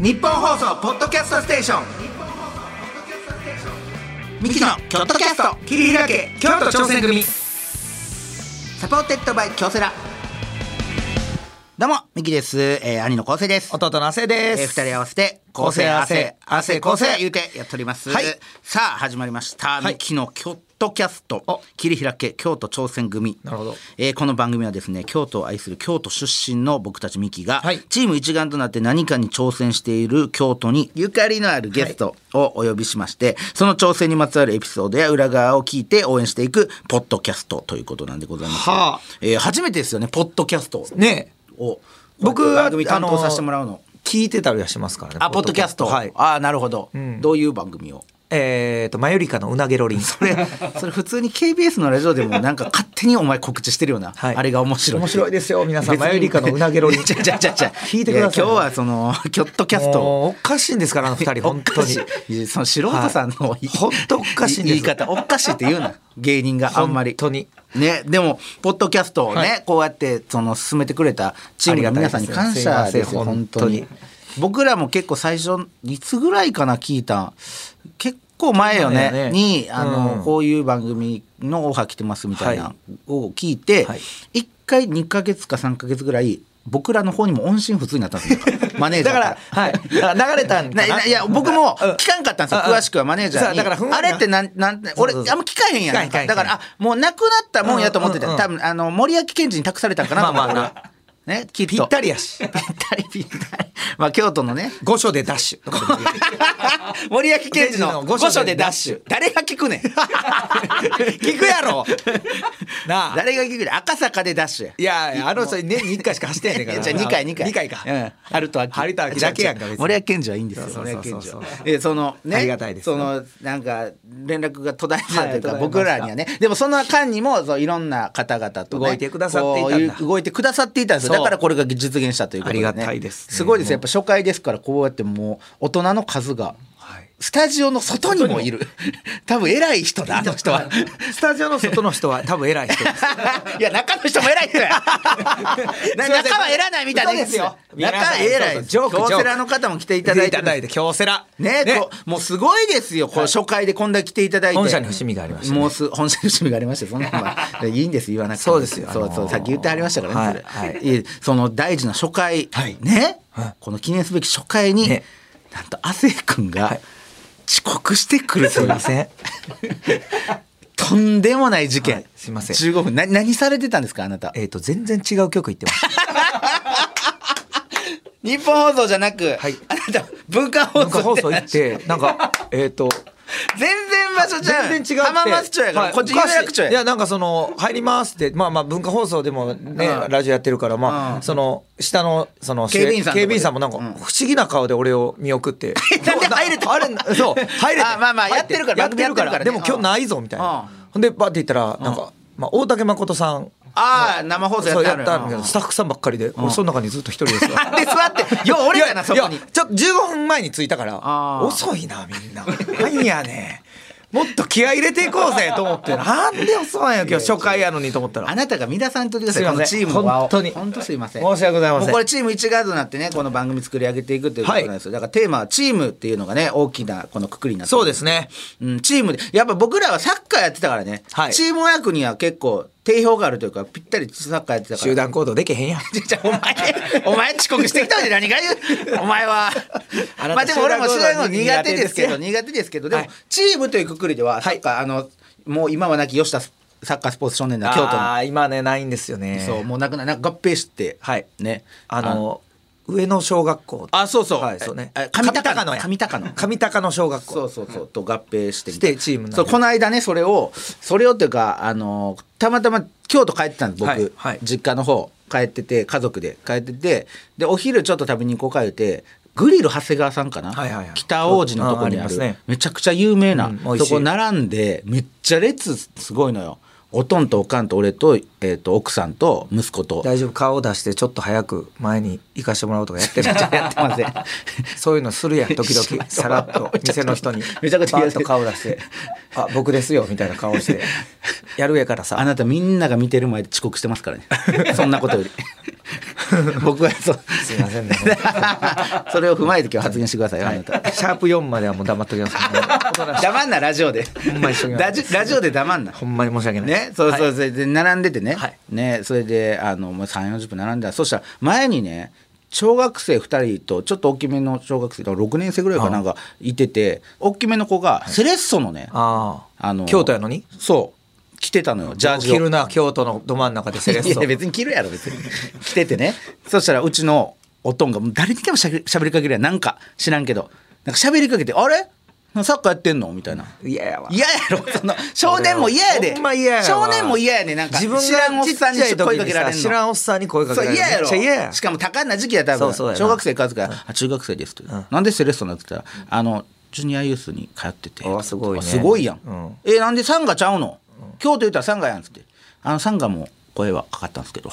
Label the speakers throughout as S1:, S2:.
S1: 日本放送ポッドキャストステーションミキのキョットキャスト切り開け京都挑戦組サポーテッドバイ京セラどうもミキです、えー、兄の昴生です
S2: 弟の亜生
S1: えー、
S2: です。
S1: 2人合わせて「構成汗汗構成」言うてやっております、
S2: はい
S1: さあ始まりました「
S2: はい
S1: ミキの京都キャスト
S2: お
S1: 切り開け京都挑戦組」
S2: なるほど
S1: えーこの番組はですね京都を愛する京都出身の僕たちミキが、
S2: はい
S1: チーム一丸となって何かに挑戦している京都にゆかりのあるゲストをお呼びしまして、その挑戦にまつわるエピソードや裏側を聞いて応援していくポッドキャストということなんでございます、
S2: はあ
S1: えー初めてですよねポッドキャスト
S2: ねえ
S1: を
S2: 僕は
S1: 番組担当させてもらうの。
S2: 聞いてたりはしますからね。
S1: あ、ポッドキャスト。
S2: はい。
S1: あーなるほど、
S2: ん
S1: どういう番組を。
S2: えっと、マユリカのうなげロリン。
S1: これ、それ普通に KBS のラジオでもなんか勝手にお前告知してるような。
S2: はい
S1: あれが面白い。
S2: 面白いですよ皆さん
S1: 別に
S2: マユリカのうなげロリン
S1: じゃじゃじゃじゃ。
S2: 聞いてください
S1: や今日はその、キョットキャスト。
S2: もうおかしいんですから、あの 二人、本当に。
S1: に。その素人さんの、
S2: はいほんとおかしいんで
S1: 言
S2: す
S1: い方、おかしいって言うな。芸人があんまり。
S2: 本当に。
S1: ね、でも、ポッドキャストをね、
S2: はい
S1: こうやって、その、進めてくれたチームの皆さんに感謝ですよ、
S2: ありがたいです
S1: 本当に
S2: 本当。
S1: 僕らも結構最初、いつぐらいかな、聞いた。結構前よね、
S2: 前よね
S1: に、あの、
S2: うん
S1: こういう番組のオファー来てますみたいな
S2: は
S1: を聞いて、
S2: はい
S1: 一回2ヶ月か3ヶ月ぐらい、僕らの方にも音信不通になったんです よ。マネージャ
S2: だ
S1: ー
S2: から、はい。だから流れたんか
S1: な
S2: な。
S1: ないや僕も
S2: うん
S1: 聞かんかったんですよ
S2: うん
S1: 詳しくはマネージャー
S2: そう
S1: に
S2: だからふんわ
S1: あ
S2: りな
S1: れってなんなん
S2: そう
S1: 俺
S2: そうそう
S1: あんま聞かへんやん
S2: 聞かへん聞かへん
S1: だからあもうなくなったもんやと思って
S2: うんう
S1: た
S2: んう
S1: 多
S2: ん
S1: 分あの森脇健児に託されたんかなと思って
S2: まあま
S1: 俺ねきっと
S2: ぴったりやし
S1: ぴったりぴったりまあ京都の ね
S2: 五所でダッシュと かでもいい。
S1: 森脇健児の
S2: 五
S1: 五
S2: 所で
S1: 所でダッシュ誰が聞くねん聞
S2: 聞くや ろなあ。
S1: 誰が聞くねん赤坂でダッシュや
S2: いやいや、あの人、年に一回しか走ってへんねんから。
S1: じゃあ2回2回
S2: 二回か。
S1: うん、春と秋
S2: 春と秋だけやんか別に
S1: 森脇健児はいいんですよ
S2: そうそうそうそう
S1: 森脇健児はえそのね
S2: ありがたいです
S1: そのなんか連絡が途絶えてたというか、
S2: はい途絶
S1: 僕
S2: えました
S1: らにはねでもその間にもそういろんな方々と、ね、
S2: 動いてくださっていたんだ
S1: こう動いてくださっていたんですよ
S2: そ
S1: だ
S2: う
S1: からこれが実現したということで、ね、
S2: ありがたいですね
S1: すごいですやっぱ初回ですからこうやってもう大人の数が
S2: はい
S1: スタジオの外にもいる 多分偉い人だあの人 は
S2: スタジオの外の人は多分偉い人です。
S1: いや中の人も偉い人 やな中は偉ないみたいな
S2: そうですよ。
S1: 中は偉いです
S2: ジョークジョーク
S1: 京セラの方も来ていただいてる
S2: いただいて、京セラ。
S1: ねこうもうすごいですよ、こう初回でこんだけ来ていただいて
S2: 本社に伏見がありましたね
S1: もうす本社に伏見がありましたそ んなのはいいんです言わなくても
S2: そうですよ
S1: そう
S2: あ
S1: そ
S2: の
S1: う
S2: ー
S1: さっき言ってありましたからね、
S2: はいはい
S1: それえその大事な初回、
S2: はい
S1: ね、
S2: はい
S1: この記念すべき初回に、
S2: ね
S1: なんと亜生君が遅刻してくる
S2: す
S1: とい
S2: いうません。
S1: とんでもない事件、
S2: はいすいません
S1: 15分な何されてたんですかあなた
S2: えっと、全然違う曲言ってます。
S1: 日本放送じゃなく、
S2: はい
S1: あなた文化放
S2: なんか
S1: 送
S2: 放
S1: って
S2: 送行って、なんか、えっと、
S1: 全然場所じゃん
S2: 全然違う。
S1: 浜松町やから、
S2: はい
S1: こっち
S2: お
S1: 有
S2: かしい
S1: 楽町や
S2: いや、なんかその、入りますって、まあまあ、文化放送でもね
S1: うん、
S2: ラジオやってるから、
S1: う
S2: ま
S1: ん
S2: あ、その、下の、その、
S1: 警備員さんとかで
S2: 警備員さんもなんか、
S1: う
S2: 不
S1: ん
S2: 思議な顔で俺を見送って。
S1: なんで入れて
S2: あれ、そう、入れて。
S1: あまあまあやってるから
S2: やっ
S1: 番
S2: てるか
S1: 組やってるからね
S2: ら。でも今日ないぞ、みたいな
S1: う。
S2: ほんで、バーって言ったら、なんか、まあ、大竹誠さん。
S1: ああ生放送
S2: そう
S1: や
S2: や
S1: っ
S2: ったた
S1: の
S2: みたい
S1: よ
S2: なスタッフさんばっかりで、俺その中にずっと一人 ですよ。
S1: で座ってよう俺やなそこ
S2: い
S1: に
S2: やちょっと15分前に着いたから
S1: あー
S2: 遅いなみんななんやねんもっと気合い入れていこうぜと思ってなんで遅いんや今日初回やのにと思った
S1: あ
S2: ら
S1: なたが皆さんとってください
S2: すい
S1: このチーム
S2: ません
S1: の輪を
S2: 本当に
S1: 本当すいません
S2: 申し訳ございませ
S1: も
S2: ん
S1: うこれチーム一丸となってねこの番組作り上げていくということなんですよ、だからテーマはチームっていうのがね大きなこのくくりになってる
S2: そうですね
S1: うん、チームでやっぱ僕らはサッカーやってたからね、
S2: はい
S1: チームワークには結構定評があるというかぴったりサッカーやってたから
S2: 集団行動できへんやん
S1: じゃあお前、お前遅刻してきたんで何が言う、お前は。
S2: あなた
S1: まあでも俺もそういうの苦手ですけど、
S2: 苦手ですよ
S1: 苦手ですけど、でも
S2: はい
S1: チームというくくりでは、サッカー、あの、もう今はなき吉田サッカースポーツ少年団京都
S2: あ
S1: の。
S2: ー今ねないんですよね
S1: そう、もうなくな、なんか合併して、
S2: はい
S1: ね。
S2: あ、の上野小学校
S1: あ、そうそう。
S2: はいそうね
S1: え上高野や。
S2: 上高野
S1: 上
S2: 上高野小学校
S1: そうそうそう、と合併して
S2: してチームにな
S1: そ
S2: る
S1: うこの間ねそれをそれをっていうかあのたまたま京都帰ってたんです僕、
S2: はいはい
S1: 実家の方帰ってて家族で帰っててでお昼ちょっと食べに行こうか言うてグリル長谷川さんかな、
S2: はいはいはい
S1: 北王子のとこに
S2: うん
S1: あ
S2: ありま
S1: る
S2: すね
S1: めちゃくちゃ有名な、
S2: うん美味し
S1: そ
S2: い
S1: こ並んでめっちゃ列すごいのよおとんとおかんと俺と,、えー、と奥さんと息子と
S2: 大丈夫顔を出してちょっと早く前に行かしてもらうとかやって る
S1: やってません
S2: そういうのするやん時 々さらっと店の人に
S1: めちゃくちゃ
S2: バーッと顔出して「あ僕ですよ」みたいな顔してやるやから
S1: あ
S2: さ
S1: なたみんなが見てる前で遅刻してますからねそんなことより僕はそう
S2: すいませんね
S1: それを踏まえて今日発言してくださいよ、あなた
S2: シャープ4まではもう黙っときます、
S1: 黙んなラジオで
S2: んま一緒に
S1: ラジラジオで黙んな
S2: ほんまに申し訳ない
S1: ね、そうそう、それで並んでてね、
S2: はい
S1: ね、それで、あの、まあ、三四十分並んだ、そしたら、前にね。小学生2人とちょっと大きめの小学生が6年生ぐらいかなんかいてて大きめの子がセレッソのね、
S2: ああ
S1: あの
S2: 京都やのに
S1: そう着てたのよジャージを
S2: 着るな京都のど真ん中でセレッソ
S1: いや別に着るやろ別に着ててねそしたらうちのおとんがもう誰にでもしゃべしゃべりかけるやんなんか知らんけどなんかしゃべりかけて「あれサッカーやってんの?」みたいな
S2: 嫌やわ
S1: 嫌やろその少年も嫌やで
S2: ほんま嫌やわ
S1: 少年も嫌やねなんか
S2: 自分が
S1: 知らんおっさんに
S2: ちっちゃい時にさ
S1: 声かけられんの
S2: 知らんおっさんに声かけられる
S1: そう嫌やろ
S2: めっちゃ嫌や
S1: しかも多感な時期や多分
S2: そうそうやな
S1: 小学生かつから、あ中学生ですって、なんでセレッソになってたらあのジュニアユースに通ってて
S2: あすごいね
S1: あすごいやん、
S2: うん
S1: えなんでサンガちゃうの京都言ったらサンガやんっつってあのサンガも声はかかったんですけど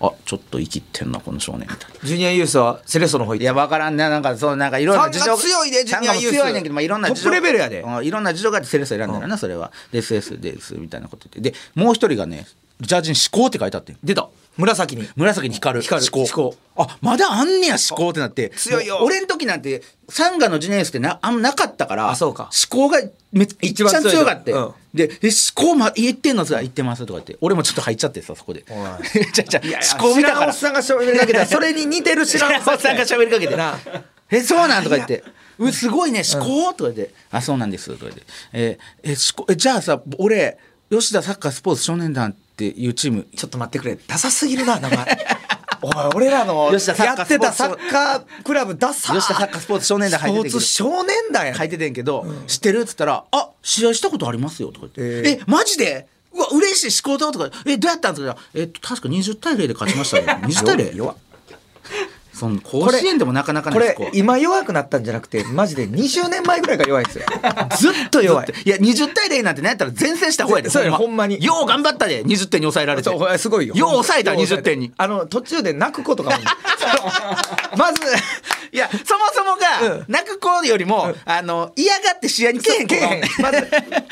S1: あちょっと生きってんなこの少年みたいな
S2: ジュニアユースはセレッソの方行っ
S1: い
S2: て
S1: や、わからんね。なんか、そう、なんか、いろんな事情
S2: サンガ強いでジュニアユー
S1: サ
S2: ス
S1: ンガも強いねんけど、まあ、いろんな事情。
S2: トップレベルやで
S1: うんいろんな事情があって、セレッソ選んだらな、それは。で、SS です、みたいなことで。で、もう一人がね、ジャージに思考って書いてあってん。
S2: 出た紫に
S1: 紫に光る。
S2: 光る
S1: 思考。あ、まだあんねや、思考ってなって。
S2: 強いよ
S1: もう俺ん時なんて、サンガのジュニアユースってな、あんまなかったから、
S2: あそうか
S1: 思考がめっちゃ一
S2: 一番
S1: 番
S2: 強い
S1: 強
S2: と
S1: かって。
S2: うん
S1: で、え、思考ま、言ってんのさ、言ってますとか言って。俺もちょっと入っちゃってさ、そこで。 じゃじゃ思考見たから。
S2: 知らんおっさんが喋りかけたらそれに似てる知らんおっさん
S1: さんが喋りかけて
S2: なあ
S1: 「えそうなん?」とか言って「うすごいね思考」とか言って「あそうなんです」とか言って「ええ思考えじゃあさ俺吉田サッカースポーツ少年団っていうチーム
S2: ちょっと待ってくれダサすぎるな名前 おい俺らのや
S1: 吉田サッカー
S2: ってた
S1: ス
S2: サ
S1: ポーツ
S2: ッカークラブダサ
S1: 吉田サッカースポーツ少年団入ってて
S2: スポーツ少年団や
S1: 書いててんけど「知ってる?」っつったら「あ試合したことありますよ」とか言って「えマジでうわ嬉しい思考だ」とか「えどうやったん?」とか言ったらえっと確か20対0で勝ちましたね20対
S2: 弱い弱
S1: 0」
S2: い
S1: その甲子園でもなかなかない
S2: これ
S1: 思考
S2: 今弱くなったんじゃなくてマジで20年前ぐらいから弱いん ですよずっと弱い
S1: いや20対0なんてなんやったら前線した方やで
S2: そうやほんまに
S1: よう頑張ったで20点に抑えられて
S2: そうすごいよ
S1: よう抑えた20点に
S2: あの途中で泣く子 とかもまず
S1: いやそもそもが、
S2: うん
S1: 泣く子よりも、あの嫌がって試合に来えへん
S2: け
S1: 子
S2: え
S1: が
S2: へんまず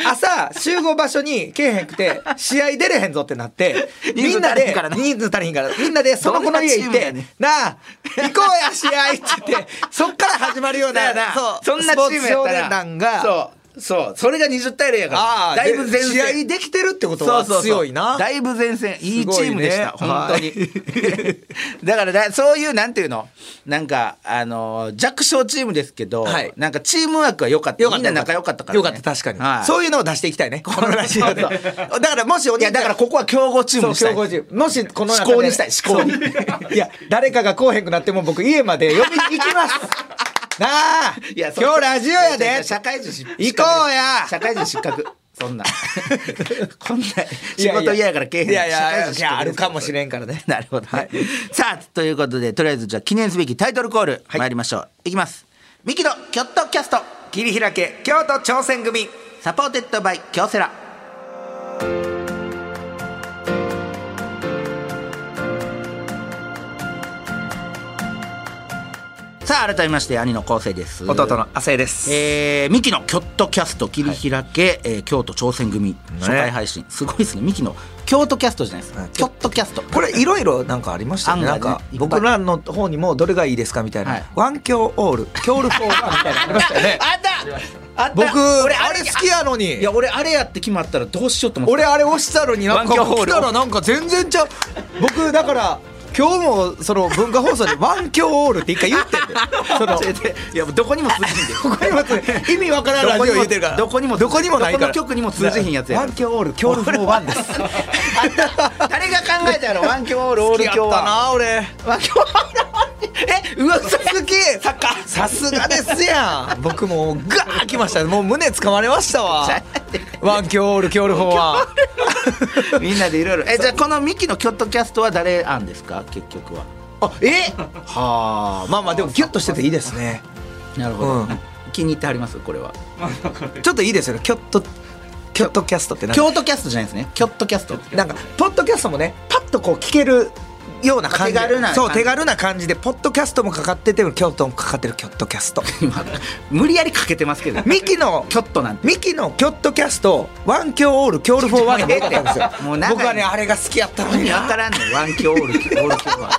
S2: 朝集合場所にけえへん くて試合出れへんぞってなってみんな
S1: 人数足りひ
S2: で
S1: んからな
S2: 人数足りひんからみんなでその子の家行
S1: どん
S2: っ
S1: なチームや
S2: て
S1: ねん
S2: 「なあ行こうや試合」って 言ってそっから始まるよう
S1: だ
S2: な
S1: よな
S2: そ
S1: そ
S2: うん
S1: なチームやった
S2: スポーツ少
S1: ら
S2: 年団が
S1: そうそうそれが20対0やから
S2: ああ
S1: だいぶ前線
S2: 試合できてるってこと
S1: そう
S2: は
S1: そうそう
S2: 強いな
S1: だいぶ前線いいチームでした、
S2: すごいね
S1: 本当に だからだそういうなんていうのなんかあの弱小チームですけど、
S2: はい
S1: なんかチームワークは良かった
S2: よかった
S1: みんな仲良かったから、ね、
S2: よかった確かに、
S1: はい、
S2: そういうのを出していきたいねこのラジオで
S1: そう
S2: だからもしお
S1: いやだからここは強豪チーム
S2: そう
S1: にした
S2: 強
S1: い
S2: 豪チームもしこの中で
S1: 思考にしたい思考に
S2: そういや誰かがこうへんくなっても僕家まで呼び に行きますなあ
S1: いやそ
S2: 今日ラジオや
S1: いい
S2: で
S1: い社会人失格
S2: 行こう や
S1: 社会人失格そんな こんない仕事嫌やからけえへん
S2: いやい
S1: 社会
S2: や
S1: 人
S2: い
S1: 失
S2: や
S1: 格
S2: あるかもしれんからね
S1: なるほど、はい、さあということでとりあえずじゃあ記念すべきタイトルコール、参りましょういきますミキのキョットキャスト
S2: 切り開け京都挑戦組
S1: サポーテッドバイ京セラさあ改めまして兄の昴生です
S2: 弟の亜生です、
S1: えー、ミキのキョットキャスト切り開け、えー京都挑戦組初回配信、すごいですねミキの京都キャストじゃないですか、
S2: うん
S1: キョットキャスト
S2: これいろいろなんかありましたよねなん
S1: 案外ね
S2: か
S1: いっぱい
S2: 僕らの方にもどれがいいですかみたいな、
S1: はい
S2: ワンキョウオールキョウルフォーワンみたいなのありましたよね
S1: あったあった
S2: 僕
S1: 俺あ
S2: あ
S1: れ
S2: れ
S1: 好
S2: 好
S1: き
S2: きやのに
S1: いや俺あれやって決まったらどうしようと思って
S2: 俺
S1: た
S2: あれ押したのになん
S1: ワン
S2: か
S1: キョホー
S2: 来
S1: ル
S2: たらなんか全然ちゃう僕だから今日もその文化放送で「ワンキョオール」って一回言ってんでそ の
S1: 違う違ういや もうどこにも通じひんで
S2: ここにもつ意味わからんラジオ言ってるから
S1: どこにも
S2: どこにもないから
S1: どこの局にも通じひんやつや
S2: ワンキョオールキョールフォーワンです
S1: 誰が考えたやろワンキョーオールオールキョー
S2: 好きやったな俺
S1: ワンキョーオールえうわ嘘
S2: 好きサッカーさすがですやん僕もうガー来ましたもう胸掴まれましたわ
S1: ちゃうって
S2: ワンキョオールキョールフォーワ ン
S1: みんなでいろいろえじゃあこのミキのキョットキャストは誰あんですか結局は
S2: あえ
S1: は
S2: まあまあでもギュッとしてていいですね
S1: あなるほど、
S2: うん
S1: 気に入ってはりますこれは
S2: ちょっといいですよねキョッとキョットキャストってなんか
S1: 京都キャストじゃないですねキョットキャスト
S2: なんかポッドキャストもねパッとこう聞けるような感じ
S1: 手軽な
S2: そう手軽な感じでポッドキャストもかかってて京都もかかってるキョットキャス ト
S1: 今無理やりかけてますけど
S2: ミキの
S1: キョットなんて
S2: ミキのキョットキャストワンキョオールキョールフォー ワンが出てたんですよ
S1: もう長い
S2: 僕はねあれが好きやったの
S1: 意
S2: に
S1: 味わ
S2: な
S1: からんねんワンキョーオールキョーオールキョーは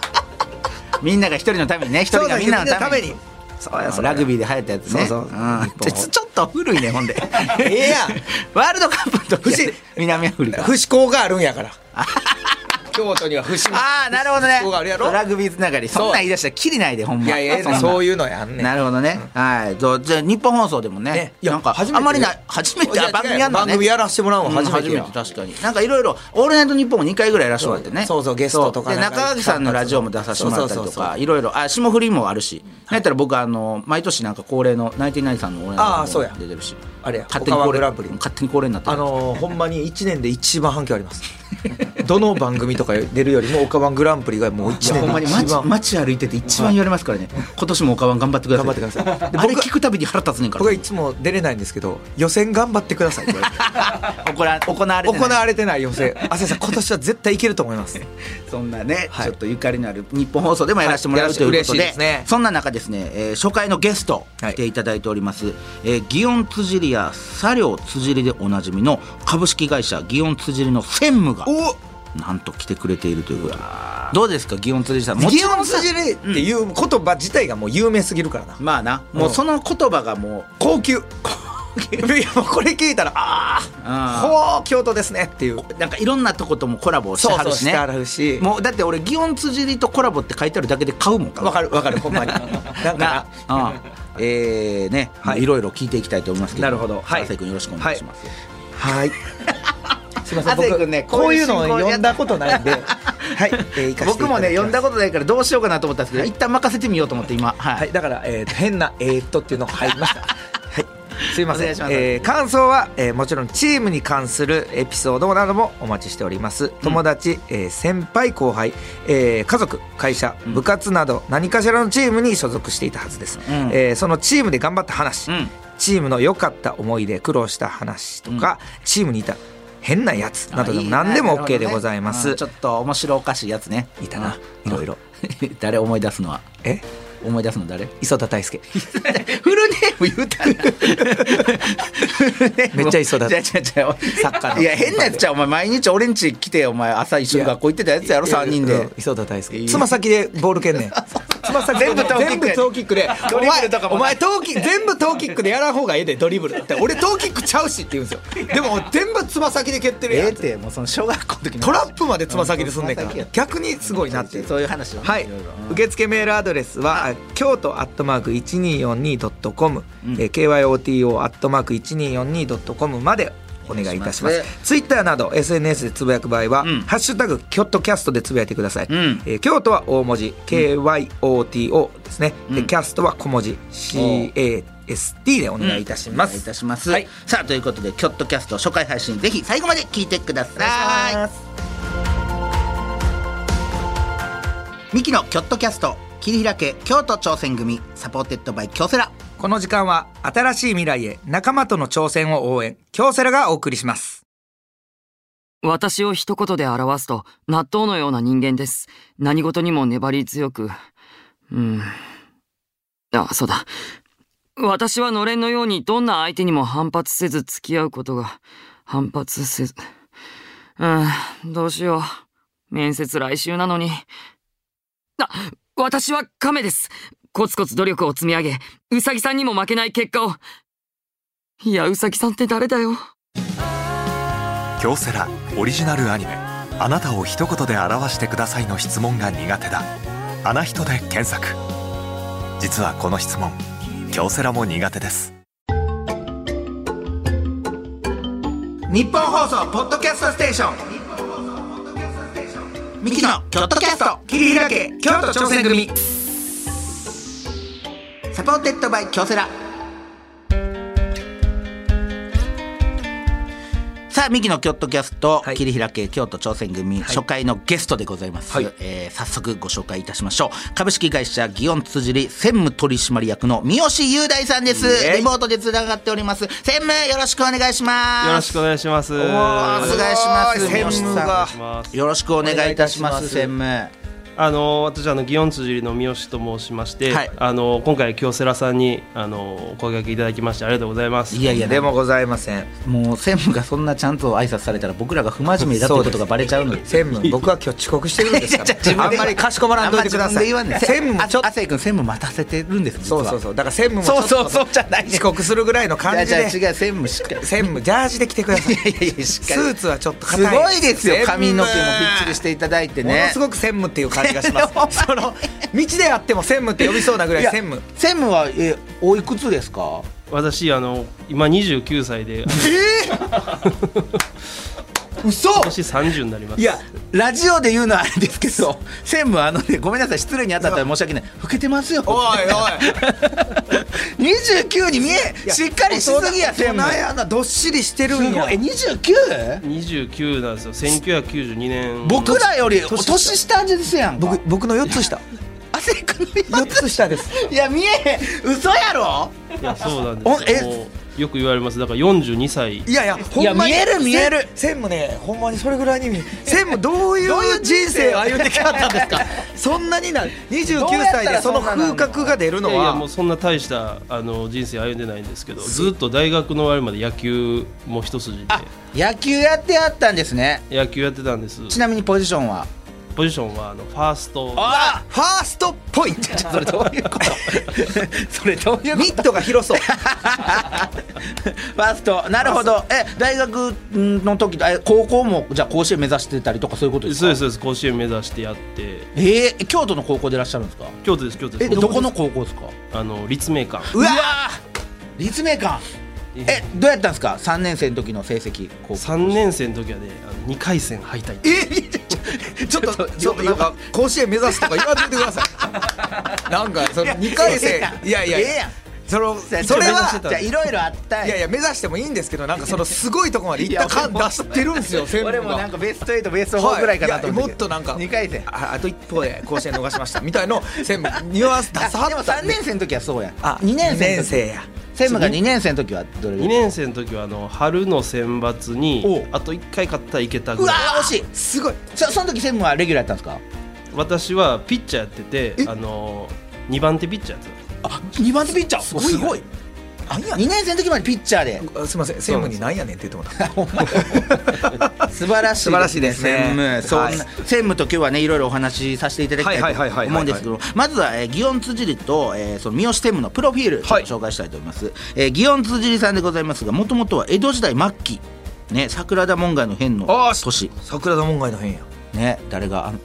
S1: みんなが一人のためにね一人がみんなのために
S2: そうや
S1: あの
S2: そうや
S1: ラグビーで流行ったやつね
S2: そうそう
S1: うん
S2: 日本を
S1: ちょっと古いね ほんで
S2: ええやん
S1: ワールドカップと
S2: 不思議
S1: 南アフリカ
S2: 不死校があるんやから 京都には不死
S1: ああなるほどね
S2: そうあるやろ
S1: ラグビーつながりそんなん言い出したらきりないでほんま
S2: いやいや
S1: そんな
S2: そういうのやんねん
S1: なるほどね、はいそうじゃあ日本放送でもね
S2: ねいや
S1: なんか
S2: 初めて
S1: あんまりない初めて
S2: いや
S1: あ番組やんのね
S2: 番組やらしてもらうの
S1: うん
S2: 初めてや
S1: 確かになんかいろいろ「オールナイトニッポン」も2回ぐらいやらせてもらってね
S2: そうそうゲストとか
S1: で
S2: なんか
S1: 中垣さんのラジオも出させてもらったり
S2: そ
S1: と
S2: うそうそう
S1: かいろいろあ霜降りもあるしなんやったら僕あの毎年なんか恒例のナインティナインさんの「オールナイ
S2: あー
S1: ト
S2: そう
S1: ニッポ
S2: や
S1: ン」出てるし
S2: あれや
S1: 勝手に恒
S2: オカワ
S1: 例
S2: グランプリ
S1: 勝手に恒例になってる
S2: あのーほんまに1年で一番反響ありますどの番組とか出るよりも「オカバングランプリ」がもう1
S1: いや
S2: 年
S1: ほんま
S2: で
S1: に
S2: 一
S1: 街
S2: 番
S1: 街歩いてて一番言われますからね、今年もおかわん頑張ってください
S2: 頑張ってくださいで
S1: あれ
S2: 僕は
S1: 聞くたびに腹立つねんから
S2: 僕はいつも出れないんですけど予選頑張ってく ださいって言われて
S1: 行わ行われてない
S2: 行われてない予選あせさん今年は絶対いけると思 います
S1: そんなね、
S2: はい
S1: ちょっとゆかりのある日本放送でもやらせてもらう、
S2: はい
S1: ということで
S2: やらせて嬉しいですね
S1: そんな中ですね、えー初回のゲスト
S2: はい
S1: 来ていただいております、えー、祇園辻りや茶寮辻りでおなじみの株式会社祇園辻りの専務が
S2: お
S1: なんと来てくれているということでどうですか祇園辻りさんも
S2: 祇
S1: ちろ
S2: 園
S1: んさ
S2: 辻りっていう言葉自体がもう有名すぎるからな
S1: まあなもうその言葉がもう
S2: 高級いやもうこれ聞いたらああ
S1: うん
S2: ほう京都ですねっていう
S1: なんかいろんなとこともコラボをしてはるしね
S2: そうそうしてはるし
S1: もうだって俺祇園辻りとコラボって書いてあるだけで買うもん
S2: わかるわかるほん まになん
S1: な
S2: か、
S1: ああ えー、ね、
S2: はい
S1: い、ろいろ聞いていきたいと思いますけど。
S2: なるほどはい
S1: 亜生君よろしくお願いします。
S2: はい。 すみません。
S1: 亜生
S2: 僕
S1: 君ね
S2: こういうの
S1: こういう
S2: を
S1: 進行
S2: 読んだことないんで、 はい。えー、行かせていただきます
S1: 僕もね、読んだことないから、どうしようかなと思ったんですけど、
S2: はい
S1: 一旦任せてみようと思って、今、はい。
S2: はい。だから、えー、変なえー、っとっていうのが入り ました。はい。すいま
S1: お
S2: せ
S1: 願い
S2: ん
S1: します
S2: えー感想は、えーもちろんチームに関するエピソードなどもお待ちしております友達、えー先輩後輩、えー家族会社部活など何かしらのチームに所属していたはずです、
S1: ん
S2: えーそのチームで頑張った話、
S1: うん
S2: チームの良かった思い出苦労した話とか、チームにいた変なやつなどでも何でも OK でございま
S1: あいい
S2: す
S1: ななるほどねうんちょっと面白おかしいやつね。
S2: いたな
S1: うん
S2: いろいろ。
S1: 誰思い出すのは。
S2: え
S1: 思い出すの誰。
S2: 磯田大輔
S1: フルネーム言うた な
S2: めっちゃ磯田
S1: じゃじゃじゃ
S2: サッカーの
S1: いや変なやつちゃうお前毎日俺ん家来てお前朝一緒に学校行ってたやつやろ3人
S2: う
S1: で
S2: ん磯田大輔
S1: いい
S2: つま先でボール蹴んねんつま先で
S1: 全部トーキックや
S2: 全部トーキックで
S1: ドリブルとかも
S2: お前お前トーキ全部トーキックでやらん方がええでドリブルって俺トーキックちゃうしって言うんですよでも全部つま先で蹴ってる
S1: ええ
S2: や
S1: っ
S2: ん
S1: てもうその小学校の時の
S2: トラップまでつま先ですんねんか
S1: うんつま先や
S2: ら逆にすごいなっていう
S1: そういう話をね
S2: はい
S1: ろろ、
S2: 受付メールアドレスは京都アットマーク 1242.com、えー KYOTO アットマーク 1242.com までお願いいたしま
S1: お願
S2: す
S1: いしま
S2: ツイッターなど SNS でつぶやく場合は「
S1: ん
S2: ハッシュタグキョットキャスト」でつぶやいてください、
S1: ん
S2: えー京都は大文字 KYOTO ですね、でキャストは小文字 CAST でお願いいたしま
S1: お願いい
S2: す、
S1: たします、
S2: はい
S1: さあということで「キョットキャスト」初回配信ぜひ最後まで聞いてくだ
S2: お願いし
S1: さ
S2: ま
S1: い
S2: す
S1: ミキの「キョットキャスト」切り開け京都挑戦組サポーテッドバイ京セラ
S2: この時間は新しい未来へ仲間との挑戦を応援京セラがお送りします
S3: 私を一言で表すと、納豆のような人間です。何事にも粘り強く。うん。あ、そうだ。私はのれんのようにどんな相手にも反発せず付き合うことが、反発せず。うん、どうしよう。面接来週なのに。あ、私は亀です。コツコツ努力を積み上げ、うさぎさんにも負けない結果を。いや、うさぎさんって誰だよ。
S4: 京セラオリジナルアニメ「あなたを一言で表してください」の質問が苦手だ「あな人」で検索実はこの質問京セラも苦手です
S2: 日本放送ポッドキャストステーション
S1: ミキの「キョットキャスト」
S2: 切り開け京都挑戦組
S1: サポーテッドバイ京セラさあミキの京都キャスト、
S2: はい
S1: 切り開け京都挑戦組、初回のゲストでございます、
S2: はい
S1: えー早速ご紹介いたしましょう株式会社祇園辻り専務取締役の三好雄大さんです
S2: イエイ
S1: リモートでつながっております専務よろしくお願いします
S5: よろしくお願いします。
S1: お願いします
S2: 専務
S1: 三好
S2: が
S5: します。
S1: よろしくお願いいたします
S2: お願いいたします
S1: 専務
S5: あの私あの祇園辻の三好と申しまして、
S2: はい
S5: あの今回京セラさんにあのお声掛けいただきましてありがとうございます。
S1: いやいや
S2: でもございません
S1: もう専務がそんなちゃんと挨拶されたら僕らが不真面目だっていうことがバレちゃうので
S2: 専務僕は今日遅刻してるん ですからあんまりかしこまらんといてください
S1: あんま自分で言わない
S2: 専務もちょっと
S1: あ亜生君専務待たせてるんです
S2: そうそう
S1: う
S2: そうだから専務もち
S1: そ
S2: ょ
S1: う
S2: っと
S1: そうそうじゃない
S2: 遅刻するぐらいの感じ
S1: じゃあ違う
S2: で
S1: 違う専務しっかり
S2: 専務ジャージで来てく だ さい
S1: いやいやいやしっかり
S2: スーツはちょっと
S1: す
S2: 硬い
S1: ごいですよ髪の毛もぴっちりしてていただいて
S2: もの
S1: ね
S2: すごく専務って いう感じがしますその道であっても専務って呼びそうなぐらい
S1: や
S2: 専務
S1: 専務はえおいくつですか
S5: 私あの今29歳で
S1: 嘘
S5: 今年30になります。
S1: いやラジオで言うのはあれですけど専務あのねごめんなさい失礼にあたったら申し訳ない老けてますよ
S2: おいお
S1: 29に見え
S2: い
S1: しっかりしすぎや専務
S2: 大人やなどっしりしてる
S1: す
S2: んや
S1: ごいえ 29?
S5: 29なんですよ。1992年。
S1: 僕らより年下ですやんか
S2: 僕僕の4つ下
S1: 汗くの
S2: 4つ下です
S1: いや見えへん嘘やろ
S5: いやそうなん
S1: お
S5: です
S1: え
S5: よ。もうよく言われます。だから42歳。
S2: いやいやほんまに
S1: いや見える見える
S2: 専務ねほんまにそれぐらいに見える専務どうい
S1: どういう
S2: う
S1: 人
S2: 人
S1: 生
S2: 生
S1: を
S2: を
S1: 歩
S2: 歩
S1: ん
S2: ん
S1: で
S2: で
S1: き
S2: き
S1: は
S2: は
S1: っ
S2: ったた
S1: んで
S2: んですす
S1: か
S2: かそんなになる29
S1: どうやった
S2: 歳
S1: ら
S2: で
S1: そ
S2: そ
S1: んな
S2: の
S1: なるの
S2: 風格が出るの
S5: いやいやも
S2: は
S5: うそんな大したあの人生歩んでないんですけどずっと大学の終わりまで野球も一筋で
S1: 野球やってあったんですね
S5: 野球やってたんです
S1: ちなみにポジションは
S5: ポジションはあのファースト
S1: あ
S2: ファーストっぽい
S1: それどういう ことそれどういう
S2: ミットが広そう
S1: ファーストなるほどえ大学の時え高校もじゃあ甲子園目指してたりとかそういうことですか
S5: そうです
S1: う
S5: そうです甲子園目指してやって
S1: えー、京都の高校でいらっしゃるんですか
S5: 京都です京都で
S1: え
S5: す
S1: どこの高校ですか
S5: あの立命館
S1: うわ立命館えどうやったんですか3年生の時の成績高校
S5: 3年生の時はねあの2回戦敗退
S2: えちょっとちょっとなんか甲子園目指すとか言わんといてくださいなんかその2回戦いやいや
S1: ええやん
S2: その
S1: じゃあ
S2: それは
S1: じゃあいろいろあったん
S2: いやいや目指してもいいんですけどなん かそのすごいとこまで行った感出してるんですよ専
S1: 俺
S2: 務
S1: もなん
S2: が
S1: かベスト8ベスト4ぐらいかなと思
S2: はいいやもっとなんか
S1: 2回戦
S2: ああと一歩で甲子園逃しましたみたいの専務ニュアンス出さは
S1: あ
S2: っ
S1: でも
S2: た
S1: 3
S2: んで
S1: 年生の時はそうやん
S2: あ
S1: 2年生
S2: 二
S1: の
S2: 年
S1: 時
S2: 生や
S1: 専務が2年生の時はどれぐ
S5: 2
S1: らい
S5: 年生の時はあの春の選抜にあと1回勝ったらいけた
S1: う
S5: ぐ
S1: わ
S5: ら
S1: ー
S5: い
S1: 惜しい
S2: すごい
S1: そその時専務はレギュラーやったんですか
S5: 私はピッチャーやっててあの2番手ピッチャーやってた
S1: あ2番ピッチャーす
S2: ごい
S1: ごい
S2: なんや
S1: 2年生の時までピッチャーで
S2: あすみません専務になんやねんって言ってもらった
S1: 素晴らしい
S2: 素晴らしいですね
S1: 専務そんな、
S2: はい
S1: 専務と今日はねいろいろお話しさせていただき
S2: は
S1: た
S2: いはいはいはい
S1: と
S2: いはい
S1: 思うんですけどまずは、えー、祇園辻利と、えーその三好専務のプロフィールを
S2: はい
S1: 紹介したいと思います、えー、祇園辻利さんでございますがもともとは江戸時代末期ね桜田門外の変の
S2: あー
S1: 年
S2: 桜田門外の変や
S1: ね誰が暗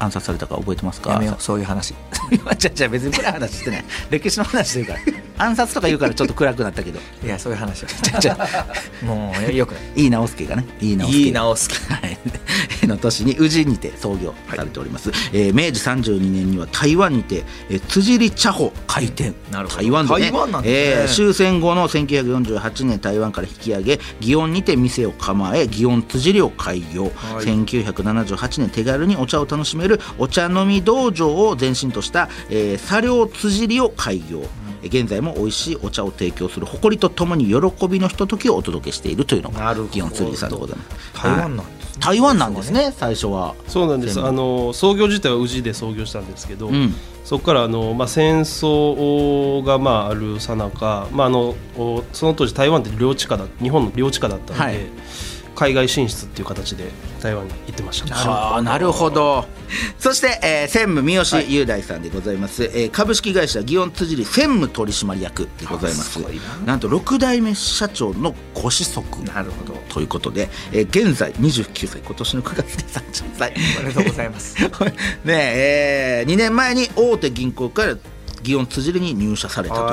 S1: 暗殺されたか覚えてますか
S2: やめようそういう 話
S1: それはじゃあじゃあ別に暗い話してない歴史の話してるから暗殺とか言うからちょっと暗くなったけど
S2: いやそういう話は じゃあ もうよくない
S1: いい直輔がねいい直輔
S2: いい直す
S1: はい、 の年に宇治にて創業されております、えー明治32年には台湾にて、えー、辻利茶舗開店
S2: なるほど
S1: 台湾でね
S2: 台湾なんですね
S1: えー終戦後の1948年台湾から引き上げ祇園にて店を構え祇園辻利を開業、
S2: はい
S1: 1978年手軽にお茶を楽しめるお茶飲み道場を前身とした、えー、茶寮辻利を開業、現在も美味しいお茶を提供する誇りとともに喜びのひとときをお届けしているというのが
S2: なるほど
S1: 祇園辻利さんでございます
S2: 台
S1: はい
S2: 湾なんですね
S1: 台湾なんですね最初は
S5: そうなんです
S1: 全
S5: あの創業自体は宇治で創業したんですけど、
S1: うん
S5: そこからあの、まあ、戦争がまああるさなか、まあ、あのおその当時台湾って領地下だ日本の領地下だったので、
S1: はい
S5: 海外進出っていう形で台湾に行ってました。
S1: はあなるほどそして、えー専務三好雄大さんでございます、えー株式会社祇園辻利専務取締役でございます
S2: あすごい
S1: な
S2: なん
S1: と6代目社長のご子息
S2: なるほど
S1: ということで、えー現在29歳今年の9月で30歳
S2: おめでとうございます
S1: ねええ2年前に大手銀行から祇園辻利に入社されたという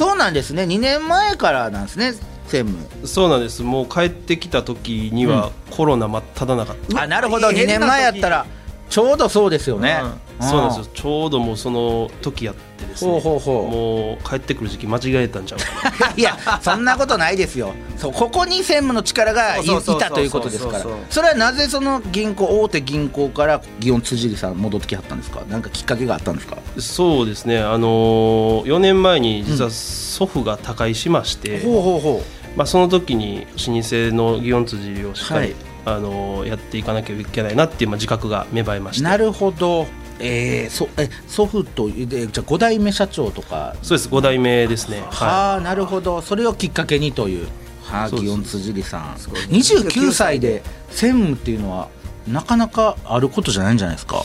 S2: そう
S1: そうなんですね2年前からなんですね専務
S5: そうなんですもう帰ってきた時にはコロナ真っ只中、
S1: あなるほど2
S2: 変な
S1: 年前やったらちょうどそうですよね、
S2: う
S5: そうなんですよちょうどもうその時やってですね
S1: ほうほうほう
S5: もう帰ってくる時期間違えたんちゃうか な
S1: いやそんなことないですよそうここに専務の力がいい
S2: そうそうそうそう
S1: たということですから
S2: そうそう
S1: それはなぜその銀行大手銀行から祇園辻利さん戻ってきはったんですかなんかきっかけがあったんですか
S5: そうですねあのー、4年前に実は祖父が他界しまして、
S1: ほうほうほ
S5: まあ、その時に老舗の祇園辻をしっかり、
S1: はい
S5: あのやっていかなきゃいけないなっていう、まあ、自覚が芽生えまし
S1: う
S5: て
S1: なるほどえー、そえ祖父とでじゃあ5代目社長とか
S5: そうです5代目ですねは
S1: ああなるほどそれをきっかけにというはあ
S5: そうです
S1: 祇園辻里さん29歳で専務っていうのはなかなかあることじゃないんじゃないですか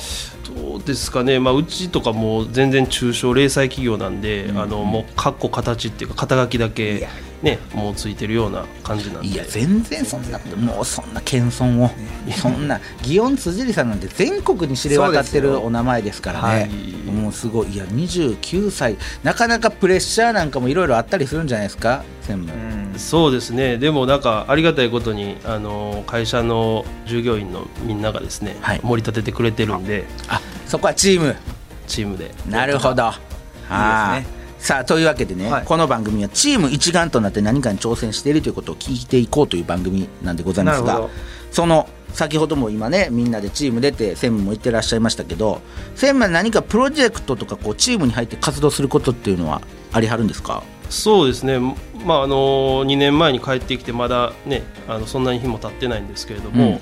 S5: いどうですかね、まあ、うちとかもう全然中小零細企業なんで、あのもうかっこ形っていうか肩書きだけねもうついてるような感じなんで
S1: いや全然そんなもうそんな謙遜をそんな祇園辻里さんなんて全国に知れ渡ってるお名前ですからねもうすごいいや29歳なかなかプレッシャーなんかもいろいろあったりするんじゃないですか専務、
S5: そうですねでもなんかありがたいことにあの会社の従業員のみんながですね、
S1: はい
S5: 盛り立ててくれてるんで
S1: あそこはチーム
S5: チームで
S1: なるほど。はいさあというわけでね、この番組はチーム一丸となって何かに挑戦しているということを聞いていこうという番組なんでございます
S5: なるほ
S1: が
S5: ど
S1: その先ほども今ねみんなでチーム出て専務も言ってらっしゃいましたけど専務は何かプロジェクトとかこうチームに入って活動することっていうのはありはるんですか
S5: そうですね、まあ、あの2年前に帰ってきてまだ、ね、あのそんなに日も経ってないんですけれども、
S1: うん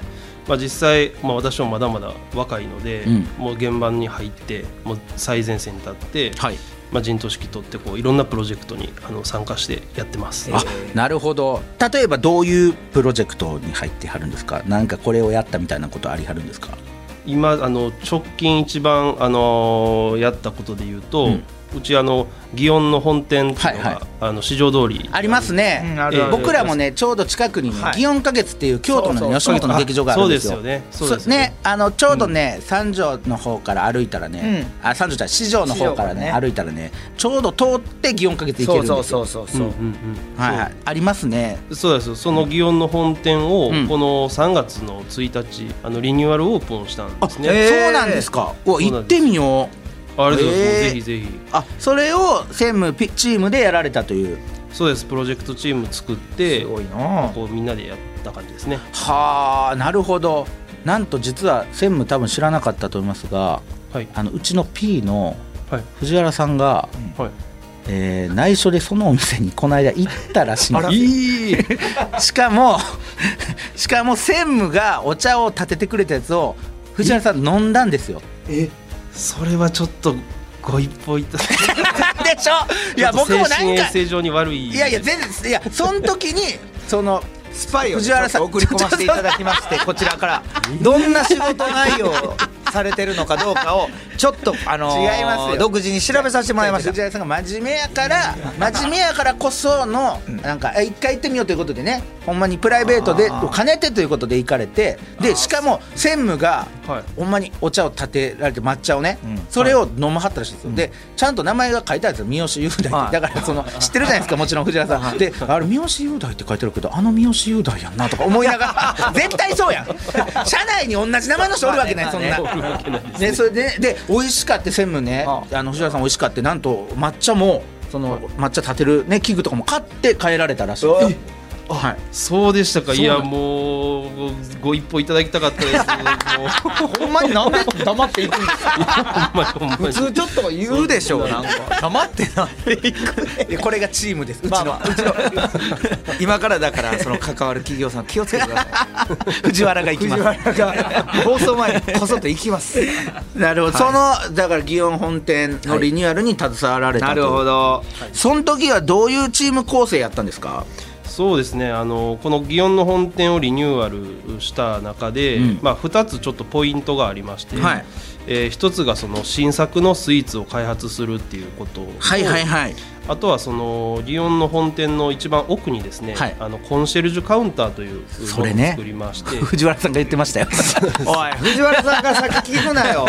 S5: まあ、実際、まあ、私もまだまだ若いので、
S1: うん
S5: もう現場に入ってもう最前線に立って、
S1: はい
S5: まあ、陣頭指揮取ってこういろんなプロジェクトにあの参加してやってます。
S1: あなるほど例えばどういうプロジェクトに入ってはるんですかなんかこれをやったみたいなことありはるんですか
S5: 今あの直近一番、あのやったことで言うと、
S1: う
S5: うんちあの祇園の本店っていうのが、
S1: はいはい
S5: あの市場通り
S1: ありますね、
S2: うんある
S5: ある
S1: 僕らもねちょうど近くにね、祇園花月っていう京都のね吉本の劇場があるんですよ
S5: そうですよね
S1: そ
S5: そうう
S1: で
S5: ですす
S1: ね
S5: ね
S1: あのちょうどね、三条の方から歩いたらね、あ三条じゃない四条の方からね
S2: 四条からね
S1: 歩いたらねちょうど通って祇園花月行けるんですよ
S2: そうそうそう
S5: うん
S2: そううん
S5: うん
S1: はいはいありますね
S5: そうなんですよその祇園の本店を、
S1: うん
S5: この3月の1日あのリニューアルオープンしたん
S1: あ
S5: です
S1: そう
S5: ね。
S1: なんですか、お行ってみよう
S5: あれです、
S1: へー
S5: ぜひぜひ
S1: あそれを専務ピチームでやられたという
S5: そうですプロジェクトチーム作って
S2: すごいな
S5: こうみんなでやった感じですね。
S1: はあなるほどなんと実は専務多分知らなかったと思いますが
S5: はい
S1: あのうちの P の
S5: はい
S1: 藤原さんが、
S5: はい。
S1: えー内緒でそのお店にこの間行ったらしいんです
S5: いい
S1: しかも しかも専務がお茶を立ててくれたやつを藤原さん飲んだんですよ
S5: それはちょっとご一報いただいて
S1: でしょ いや
S5: ちょっ
S1: 僕
S5: と
S1: もなん
S5: 精神衛
S1: か
S5: 生上に悪い
S1: いやいや全然いやその時にその
S2: スパイをね
S1: 藤原さん
S2: ちょっと送り込ませていただきまして こちらからどんな仕事内容をされてるのかどうかをちょっとあのー
S1: 違いますよ
S2: 独自に調べさせてもらいました
S1: 藤原さんが真面目やから真面目やからこそのなんかえ一回行ってみようということでねほんまにプライベートで兼ねてということで行かれてでしかも専務が
S5: はい
S1: ほんまにお茶を立てられて抹茶をねそれを飲まはったらしいんですよでちゃんと名前が書いてあるんですよ三好雄大
S2: は
S1: っ
S2: い
S1: てだから その知ってるじゃないですかもちろん藤原さんであれ三好雄大って書いてあるけどあの三好雄大やんなとか思いなが ら絶対そうやん 社内に同じ名前の人おるわけないそんな。ね、それでで美味しかって専務ねあの藤原さん美味しかってなんと抹茶もその抹茶立てる、ね、器具とかも買って帰られたらしいですよはい、
S5: そうでしたか。い
S1: な
S5: や
S1: の
S5: もうごご一報いただきたかった です。もう
S2: ほんまになん で黙っていくんですか
S5: ほんまにほんまに
S2: 普通ちょっと言うでしょうなんか黙ってない
S1: でこれがチームですうちの、
S2: まあまあうちの今からだからその関わる企業さん気をつけてくださ
S1: 藤原が
S2: い
S1: 行きます
S2: が放送 前にこそっと行きます
S1: なるほど、そのだから祇園本店のリニューアルに携わられたと、
S2: なるほど
S1: その時はどういうチーム構成やったんですか
S5: そうですねあのこの祇園の本店をリニューアルした中で、
S1: うん
S5: まあ、2つちょっとポイントがありまして、
S1: はい
S5: え1つがその新作のスイーツを開発するっていうことを
S1: はいはいはい
S5: あとはその祇園の本店の一番奥にですね、
S1: はい
S5: あのコンシェルジュカウンターという
S1: そ
S5: も
S1: れ
S5: のを
S1: ね
S5: 作り まして、
S1: 藤原さんが言ってま したよ
S2: おい藤原さんが先聞くなよ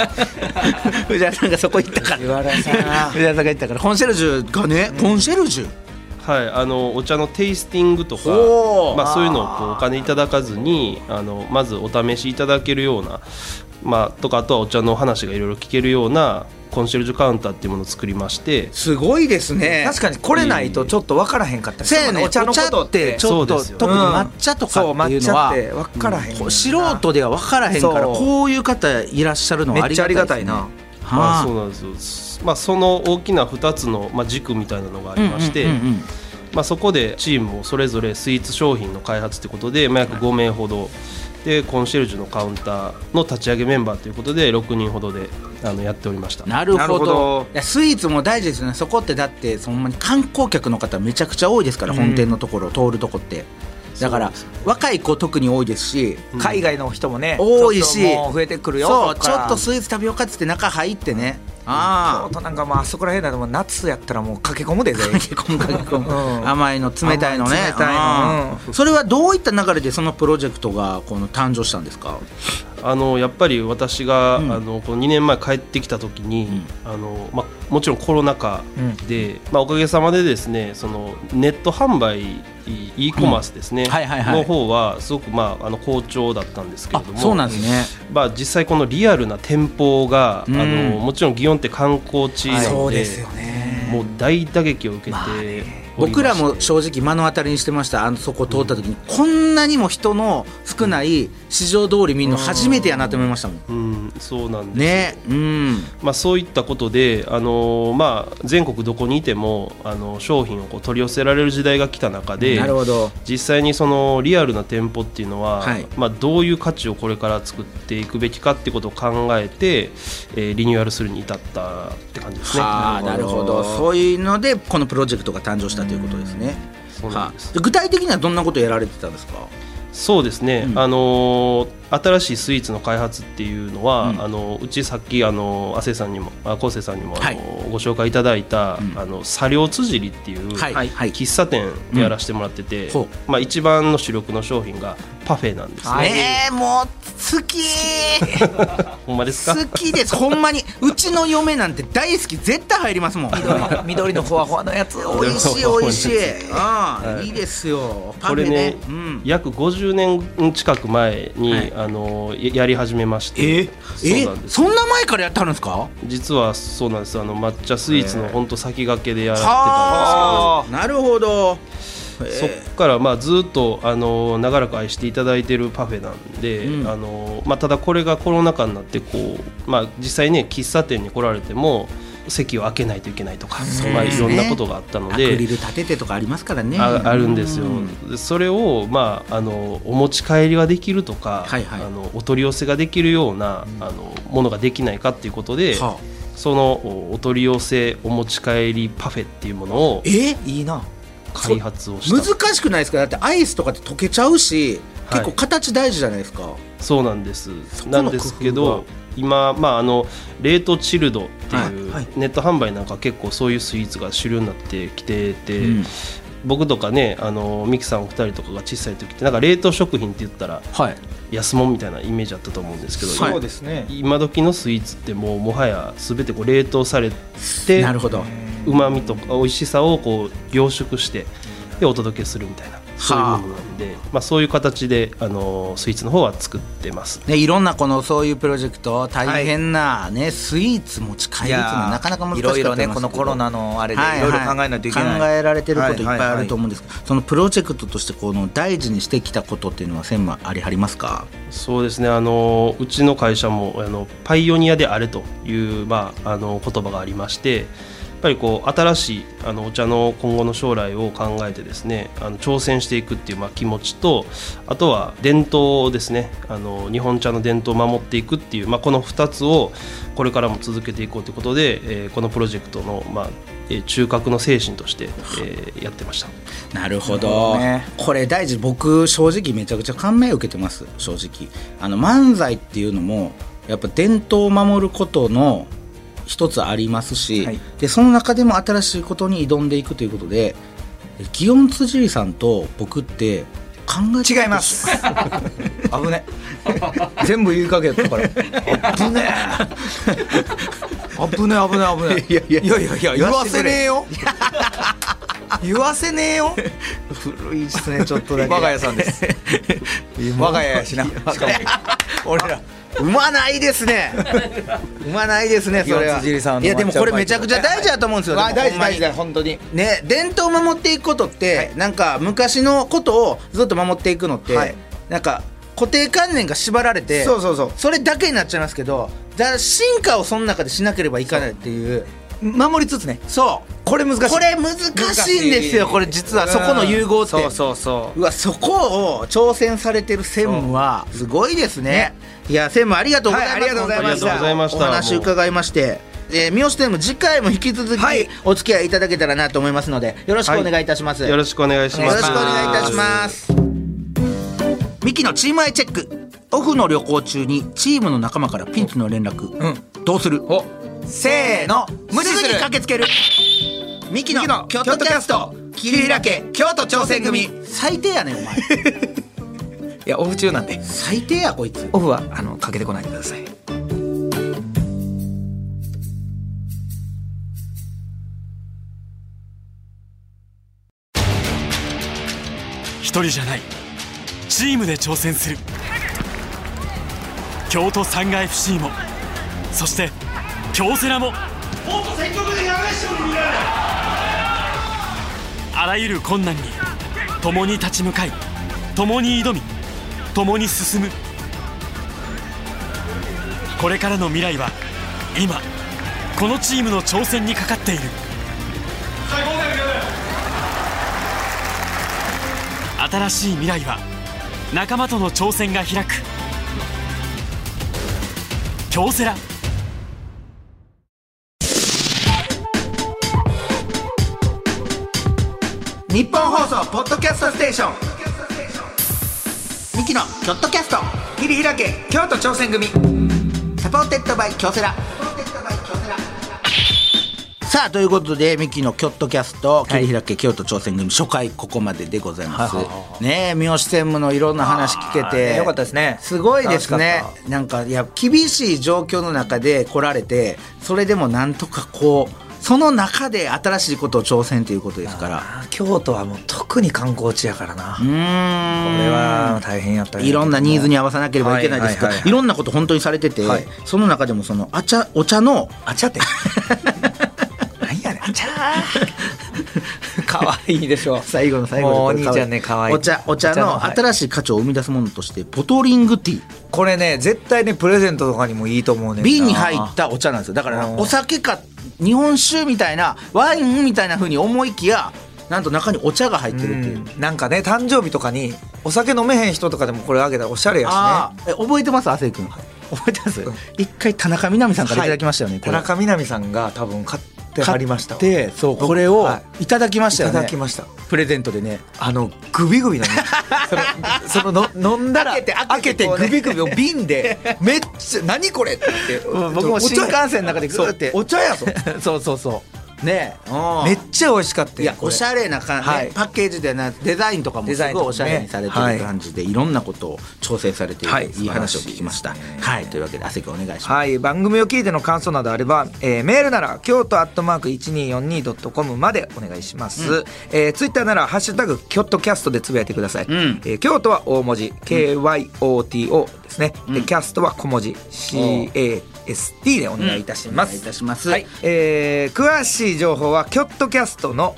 S1: 藤原さんがそこ行ったから
S2: 藤原さん
S1: 藤原さんが言ったからコンシェルジュがね、コンシェルジュ
S5: はい、あのお茶のテイスティングとか
S1: ほう、
S5: まあ、そういうのをこうお金いただかずにあのまずお試しいただけるような、まあ、とかあとはお茶のお話がいろいろ聞けるようなコンシェルジュカウンターっていうものを作りまして
S1: すごいですね
S2: 確かにこれないとちょっと分からへんかったり
S1: せやね
S2: お茶のことって
S1: ちょっと
S5: そうですよ
S1: 特に抹茶とか
S2: そ
S1: っ
S2: う
S1: ていう
S2: 抹
S1: の
S2: 茶
S1: は
S2: って分からへんねん
S1: こ
S2: な
S1: う素人では分からへんから
S2: そう
S1: こういう方いらっしゃるの
S2: め
S1: はあ
S2: っ
S1: り
S2: ちゃ
S1: が
S2: あ
S1: たい
S2: り
S1: です
S2: が
S1: ね
S2: たいな
S5: まあ、
S1: は
S5: そうなんですよ、まあ、その大きな2つの、まあ、軸みたいなのがありまして、
S1: うんうんうんうん
S5: まあ、そこでチームをそれぞれスイーツ商品の開発ということで、まあ、約5名ほどでコンシェルジュのカウンターの立ち上げメンバーということで6人ほどであのやっておりました
S1: なるほど
S2: なるほど
S1: いやスイーツも大事ですよねそこってだってそんなに観光客の方めちゃくちゃ多いですから、本店のところ通るとこってだから、若い子特に多いですし
S2: 海外の人もね、
S1: 多いし
S2: ちょっともう増えてくるよ
S1: そう
S2: と
S1: ちょ
S2: か
S1: っとスイーツ食べようかっつって中入ってね、
S2: 京
S1: ああ
S2: 都なんかもうあそこら辺だともう夏やったらもう駆け込む で全員
S1: 今回こう
S2: うん
S1: 甘いの冷たいのね
S2: 甘い冷たいの
S1: あー
S2: う
S1: それはどういった流れでそのプロジェクトがこの誕生したんですか
S5: あのやっぱり私が、
S1: うん
S5: あのこの2年前帰ってきた時に、あのま、もちろんコロナ禍で、ま、おかげさまでですねそのネット販売 e コマースですね、
S1: うんはいはいはい
S5: の方はすごく、まあ、あの好調だったんですけ
S1: あ
S5: れども
S1: そうなんですね、
S5: まあ、実際このリアルな店舗が、
S1: うん
S5: あのもちろん祇園って観光地なので,、
S2: そうですよね
S5: もう大打撃を受けて、おりまして
S1: 僕らも正直目の当たりにしてましたあのそこ通った時に、こんなにも人の少ない市場通り見るの初めてやなと思いましたもん
S5: うん、そうなんで
S1: ね
S5: すよ
S1: うん
S5: まあ、そういったことで、あのーまあ、全国どこにいても、あの商品をこう取り寄せられる時代が来た中で
S1: なるほど
S5: 実際にそのリアルな店舗っていうのは、
S1: はい
S5: まあ、どういう価値をこれから作っていくべきかってことを考えて、えーリニューアルするに至ったって感じですね。
S1: はあなるほどそういうのでこのプロジェクトが誕生したということですね、
S5: そうな
S1: は
S5: んです
S1: あ、で具体的にはどんなことやられてたんですか
S5: そうですね、
S1: うん
S5: あのー新しいスイーツの開発っていうのは、
S1: うん
S5: あのうちさっきあの亜生さんにもあ昴生さんにも、
S1: はい
S5: あのご紹介いただいた、
S1: うん
S5: あの茶寮つじりっていう、
S1: はいはいはい
S5: 喫茶店でやらせてもらってて、
S1: んほう
S5: まあ一番の主力の商品がパフェなんですね。
S2: はい
S1: えー、もう好き
S5: ほんまですか？
S1: 好きですほんまにうちの嫁なんて大好き絶対入りますもん
S2: 緑緑のふわふわのやつ
S1: 美味しい美味しいああ、い、いですよパ
S5: こ
S1: フ
S5: れ
S1: ェね
S5: ね、
S1: うん、
S5: 約50年近く前に、
S1: はい
S5: あのややり始めまして、
S1: ええ
S5: そうなんです
S1: そんな前からやってはるんですか
S5: 実はそうなんですあの抹茶スイーツの本当先駆けでやられてたんですけど。
S1: はあなるほど
S5: そこからまあずっとあの長らく愛していただいてるパフェなんで、
S1: うん
S5: あのまあ、ただこれがコロナ禍になってこう、まあ、実際ね喫茶店に来られても席を空けないといけないと
S1: う
S5: か、まあ、
S1: です
S5: い
S1: ね
S5: ろんなことがあったの
S1: アクリ
S5: で。
S1: ル立ててとかありますからね
S5: ああるんですよ
S1: うん
S5: でそれを、まあ、あのお持ち帰りができるとか、
S1: はいはい
S5: あのお取り寄せができるような、あのものができないかっていうことで、
S1: はあ
S5: そのおお取り寄せお持ち帰りパフェっていうものを
S1: え
S2: いいな
S5: 開発をした
S1: 難しくないですかだってアイスとかって溶けちゃうし
S5: はい
S1: 結構形大事じゃないですか、
S5: そうなんです
S1: そこの工夫
S5: なん
S1: は
S5: ですけど今、まあ、あの冷凍チルドっていう、
S1: はいはい
S5: ネット販売なんか結構そういうスイーツが主流になってきてて、
S1: うん
S5: 僕とかねあのミキさんお二人とかが小さい時ってなんか冷凍食品って言ったら
S1: はい
S5: 安物みたいなイメージあったと思うんですけど、
S1: はい
S2: そうですね
S5: 今時のスイーツってもうもはや全てこう冷凍されて
S1: なるほど
S5: うまみとか美味しさをこう凝縮してでお届けするみたいなそういうものなんで、まあ、そういう形であのスイーツの方は作ってます。
S1: ね、いろんなこのそういうプロジェクト大変な、ねスイーツ持ち帰るっていうのはなかなか難しかった
S2: いろいろね
S1: と思
S2: こ
S1: うんですけど
S2: のコロナのあれで
S1: はいい
S2: ろいろ
S1: はい
S2: 考えないといけない、
S1: 考えられてることいっぱいあると思
S2: 思
S1: うんですけど、そのプロジェクトとしてこの大事にしてきたことっていうのは専務ありはりますか
S5: そうですねあのうちの会社もあのパイオニアであれという、まあ、あの言葉がありましてやっぱりこう新しいあのお茶の今後の将来を考えてですねあの挑戦していくっていう、まあ、気持ちとあとは伝統ですねあの日本茶の伝統を守っていくっていう、まあ、この2つをこれからも続けていこうということで、えーこのプロジェクトの、まあえー中核の精神として、えーやってました。
S1: なるほど、
S2: ね
S1: これ大事僕正直めちゃくちゃ感銘を受けてます正直あの漫才っていうのもやっぱ伝統を守ることの一つありますし、
S2: はい
S1: でその中でも新しいことに挑んでいくということで祇園辻井さんと僕って考えて
S2: 違います 危ね全部言いかけたから危ね危ね危ね危ねいやいやいやいや言わせねえよ言わせねえよ
S1: 古いですねちょっとだ
S2: 我
S1: け
S2: が家さんです我が家やしなしかも俺ら
S1: 産まないですね産まないです ねそれ
S2: 四
S1: は
S2: つ尻さんの
S1: いやでもこれめちゃくちゃ大事だと思うんですよ、
S2: わ
S1: でもほ
S2: 大事
S1: んま
S2: 大
S1: に
S2: 事だ本当に
S1: ね、伝統を守っていくことって、なんか昔のことをずっと守っていくのって、
S2: はい
S1: なんか固定観念が縛られて
S2: そうそうそう
S1: それだけになっちゃいますけどだ進化をその中でしなければいかないっていう
S2: 守りつつね
S1: そう
S2: これ難しい
S1: これ難しいんですよこれ実はそこの融合って、
S2: う
S1: うん
S2: そうそうそう
S1: わそこを挑戦されてる専務はすごいですねいや専務ありがとうございます、
S2: はいありがとうございま
S1: 本
S2: した
S1: 当に
S5: ありがとうございました
S1: お話伺いましてえー、三好専務次回も引き続き
S2: はい
S1: お付き合いいただけたらなと思いますのでよろしくお願いいたします、
S5: よろしくお願いし
S1: よ
S5: ま
S1: ろしく
S5: す
S1: お願いいたしますミキのチームアイチェックオフの旅行中にチームの仲間からピンチの連絡、どうする
S2: せーの無視
S1: す
S2: す
S1: ぐに
S2: る
S1: 駆けつけるミキ
S2: ミキの
S1: の京都キャスト
S2: 桐平家京都挑戦組い
S1: 最低やねんお前
S2: やオフ中なんで
S1: 最低やこいつ
S2: オフはあのかけてこないでください
S6: 一人じゃないチームで挑戦する京都サンガ FC もそして京セラもあらゆる困難に共に立ち向かい共に挑み共に進むこれからの未来は今このチームの挑戦にかかっている新しい未来は仲間との挑戦が開く京セラ
S1: 日本放送ポッドキャストステーションミキの京都キャスト
S2: 桐平家京都挑戦組
S1: サポーテッドバイ京セラさあということでミキのキョットキャスト桐平家京都挑戦組初回ここまででございます、ねえ三好専務のいろんな話聞けて、
S2: あーよかったですね
S1: すごいですね
S2: 楽しかっ
S1: なんかいや厳しい状況の中で来られてそれでもなんとかこうその中で新しいことを挑戦ということですから
S2: あー京都はもう特に観光地やからな
S1: う
S2: こ
S1: ーん
S2: れは大変やったね
S1: いろんなニーズに合わさなければいけないですけど
S2: はいはいはいはい
S1: いろんなこと本当にされてて、
S2: はい
S1: その中でもそのあ茶お茶 の
S2: あちゃってなんやねんあちゃーかわいいでし ょ
S1: 最後の最後で
S2: もうお
S1: これ
S2: 兄ちゃんね可愛い
S1: お茶お茶の
S2: はい
S1: 新しい価値を生み出すものとしてボトリングティー
S2: これね絶対ねプレゼントとかにもいいと思うねんな
S1: 瓶に入ったお茶なんですよだから
S2: うん
S1: お酒か日本酒みたいなワインみたいな風に思いきやなんと中にお茶が入ってるっていう、
S2: うんなんかね誕生日とかにお酒飲めへん人とかでもこれあげたらおしゃれやしね
S1: ああえ覚えてます亜生君覚えてます、一回田中みな実さんからいただきましたよね、
S2: はい
S1: こ
S2: 田
S1: れ
S2: 中みな実さんが多分買ってはりましたわ
S1: 買ってそうこれを
S2: はい
S1: ただきましたよ
S2: い
S1: ね
S2: ただきました
S1: プレゼントでね
S2: あのグビグ ビのねそのそのの飲んだら
S1: 開けて開けて
S2: 開グビグビを瓶で めっちゃ何これって言って
S1: うん僕も新幹線の中でグーって
S2: そうお茶 やぞ
S1: そうそうそうねえうん
S2: めっちゃ美味しかった
S1: い
S2: よ
S1: や
S2: これ
S1: おしゃれな感じ、
S2: はい
S1: パッケージでなデザインとかも
S2: デ
S1: す
S2: ザイン
S1: ご
S2: と
S1: いおし
S2: かね
S1: ゃれにされて
S2: はい
S1: る感じで、い、ろんなことを調整されている、、
S2: はいい
S1: い話を聞きました、
S2: 素晴らしいですね
S1: はいというわけで亜生君お願いします、
S2: はい、番組を聞いての感想などあれば、えーメールなら京都アットマーク 1242.com までお願いします、えーツイッターなら「ハッシュタグキョットキャスト」でつぶやいてください、
S1: ん
S2: えー京都は大文字 KYOTO ですね、でキャストは小文字 CAST でお願いいたしま
S1: お願い
S2: す、
S1: いたします
S2: はいえー詳しい情報はキョットキャストの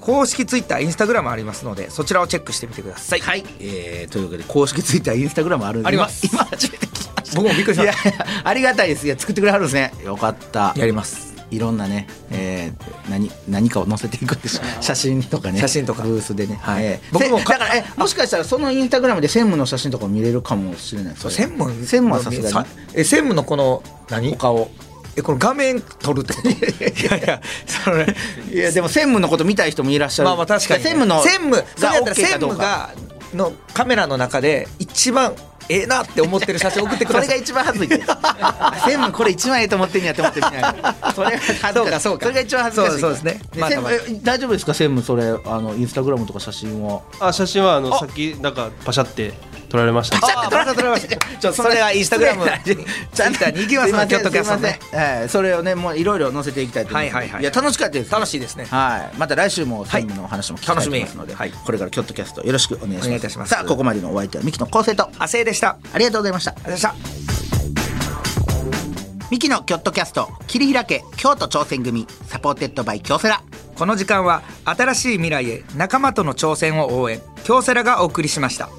S2: 公式ツイッターインスタグラムありますのでそちらをチェックしてみてください、
S1: はい、えーというわけで公式ツイッターインスタグラムあるんで
S2: あります
S1: 今今初めて聞きました
S2: 僕もびっくりしました
S1: いやいやありがたいですいや作ってくれはるんですねよかった
S2: やります
S1: いろんなね、えー、何何かを載せていくってし写真とかね
S2: 写真とか
S1: ブースでね、
S2: はい
S1: えー
S2: 僕も
S1: せ
S2: か
S1: だからえもしかしたらそのインスタグラムで専務の写真とかも見れるかもしれない
S2: そう専務
S1: 専務はさすがに
S2: え専務のこの何
S1: 他を
S2: えこの画面撮るって こといやいやそれ
S1: いやでも専務のこと見たい人もいらっしゃる
S2: まあまあ確かに
S1: 専務の
S2: 専務それやった
S1: OK
S2: ら専
S1: かどう
S2: 務
S1: か
S2: がのカメラの中で一番ええなって思ってる写真送ってく
S1: そ
S2: だ
S1: れ
S2: さ
S1: が
S2: い
S1: 一番恥ず いです専務これ一番ええと思ってんやと思ってみないそれは恥ずかしい
S2: そうかそうか
S1: れが一番恥ずかしいから
S2: そうそうですね
S1: で
S2: まあ
S1: 専務え大丈夫ですか専務それあのインスタグラムとか写真は
S5: あ写真はあのさっきなんかパシャって撮られました
S2: あまた撮られました ちょそれはインスタ グラムツイッ ターに行きます
S1: すいま
S2: ね
S1: せ
S2: キョ
S1: ん
S2: ットキャスト
S1: すいま
S2: ね
S1: せんえーそれをねもういろいろ載せていきたいと思います、
S2: はいはいはい
S1: や楽しかったです
S2: 楽しいですね
S1: はい、また来週も専務のお話も聞きたいと思いますので、
S2: はい楽しみ
S1: これからキョットキャストよろしくお願いします
S2: お願いいたします
S1: さあここまでのお相手はミキの昴生と
S2: 亜生でしたありがとう
S1: ありがとうございました
S2: ございました
S1: ミキのキョットキャスト桐平家京都挑戦組サポーテッドバイ京セラ
S2: この時間は新しい未来へ仲間との挑戦を応援京セラがお送りしました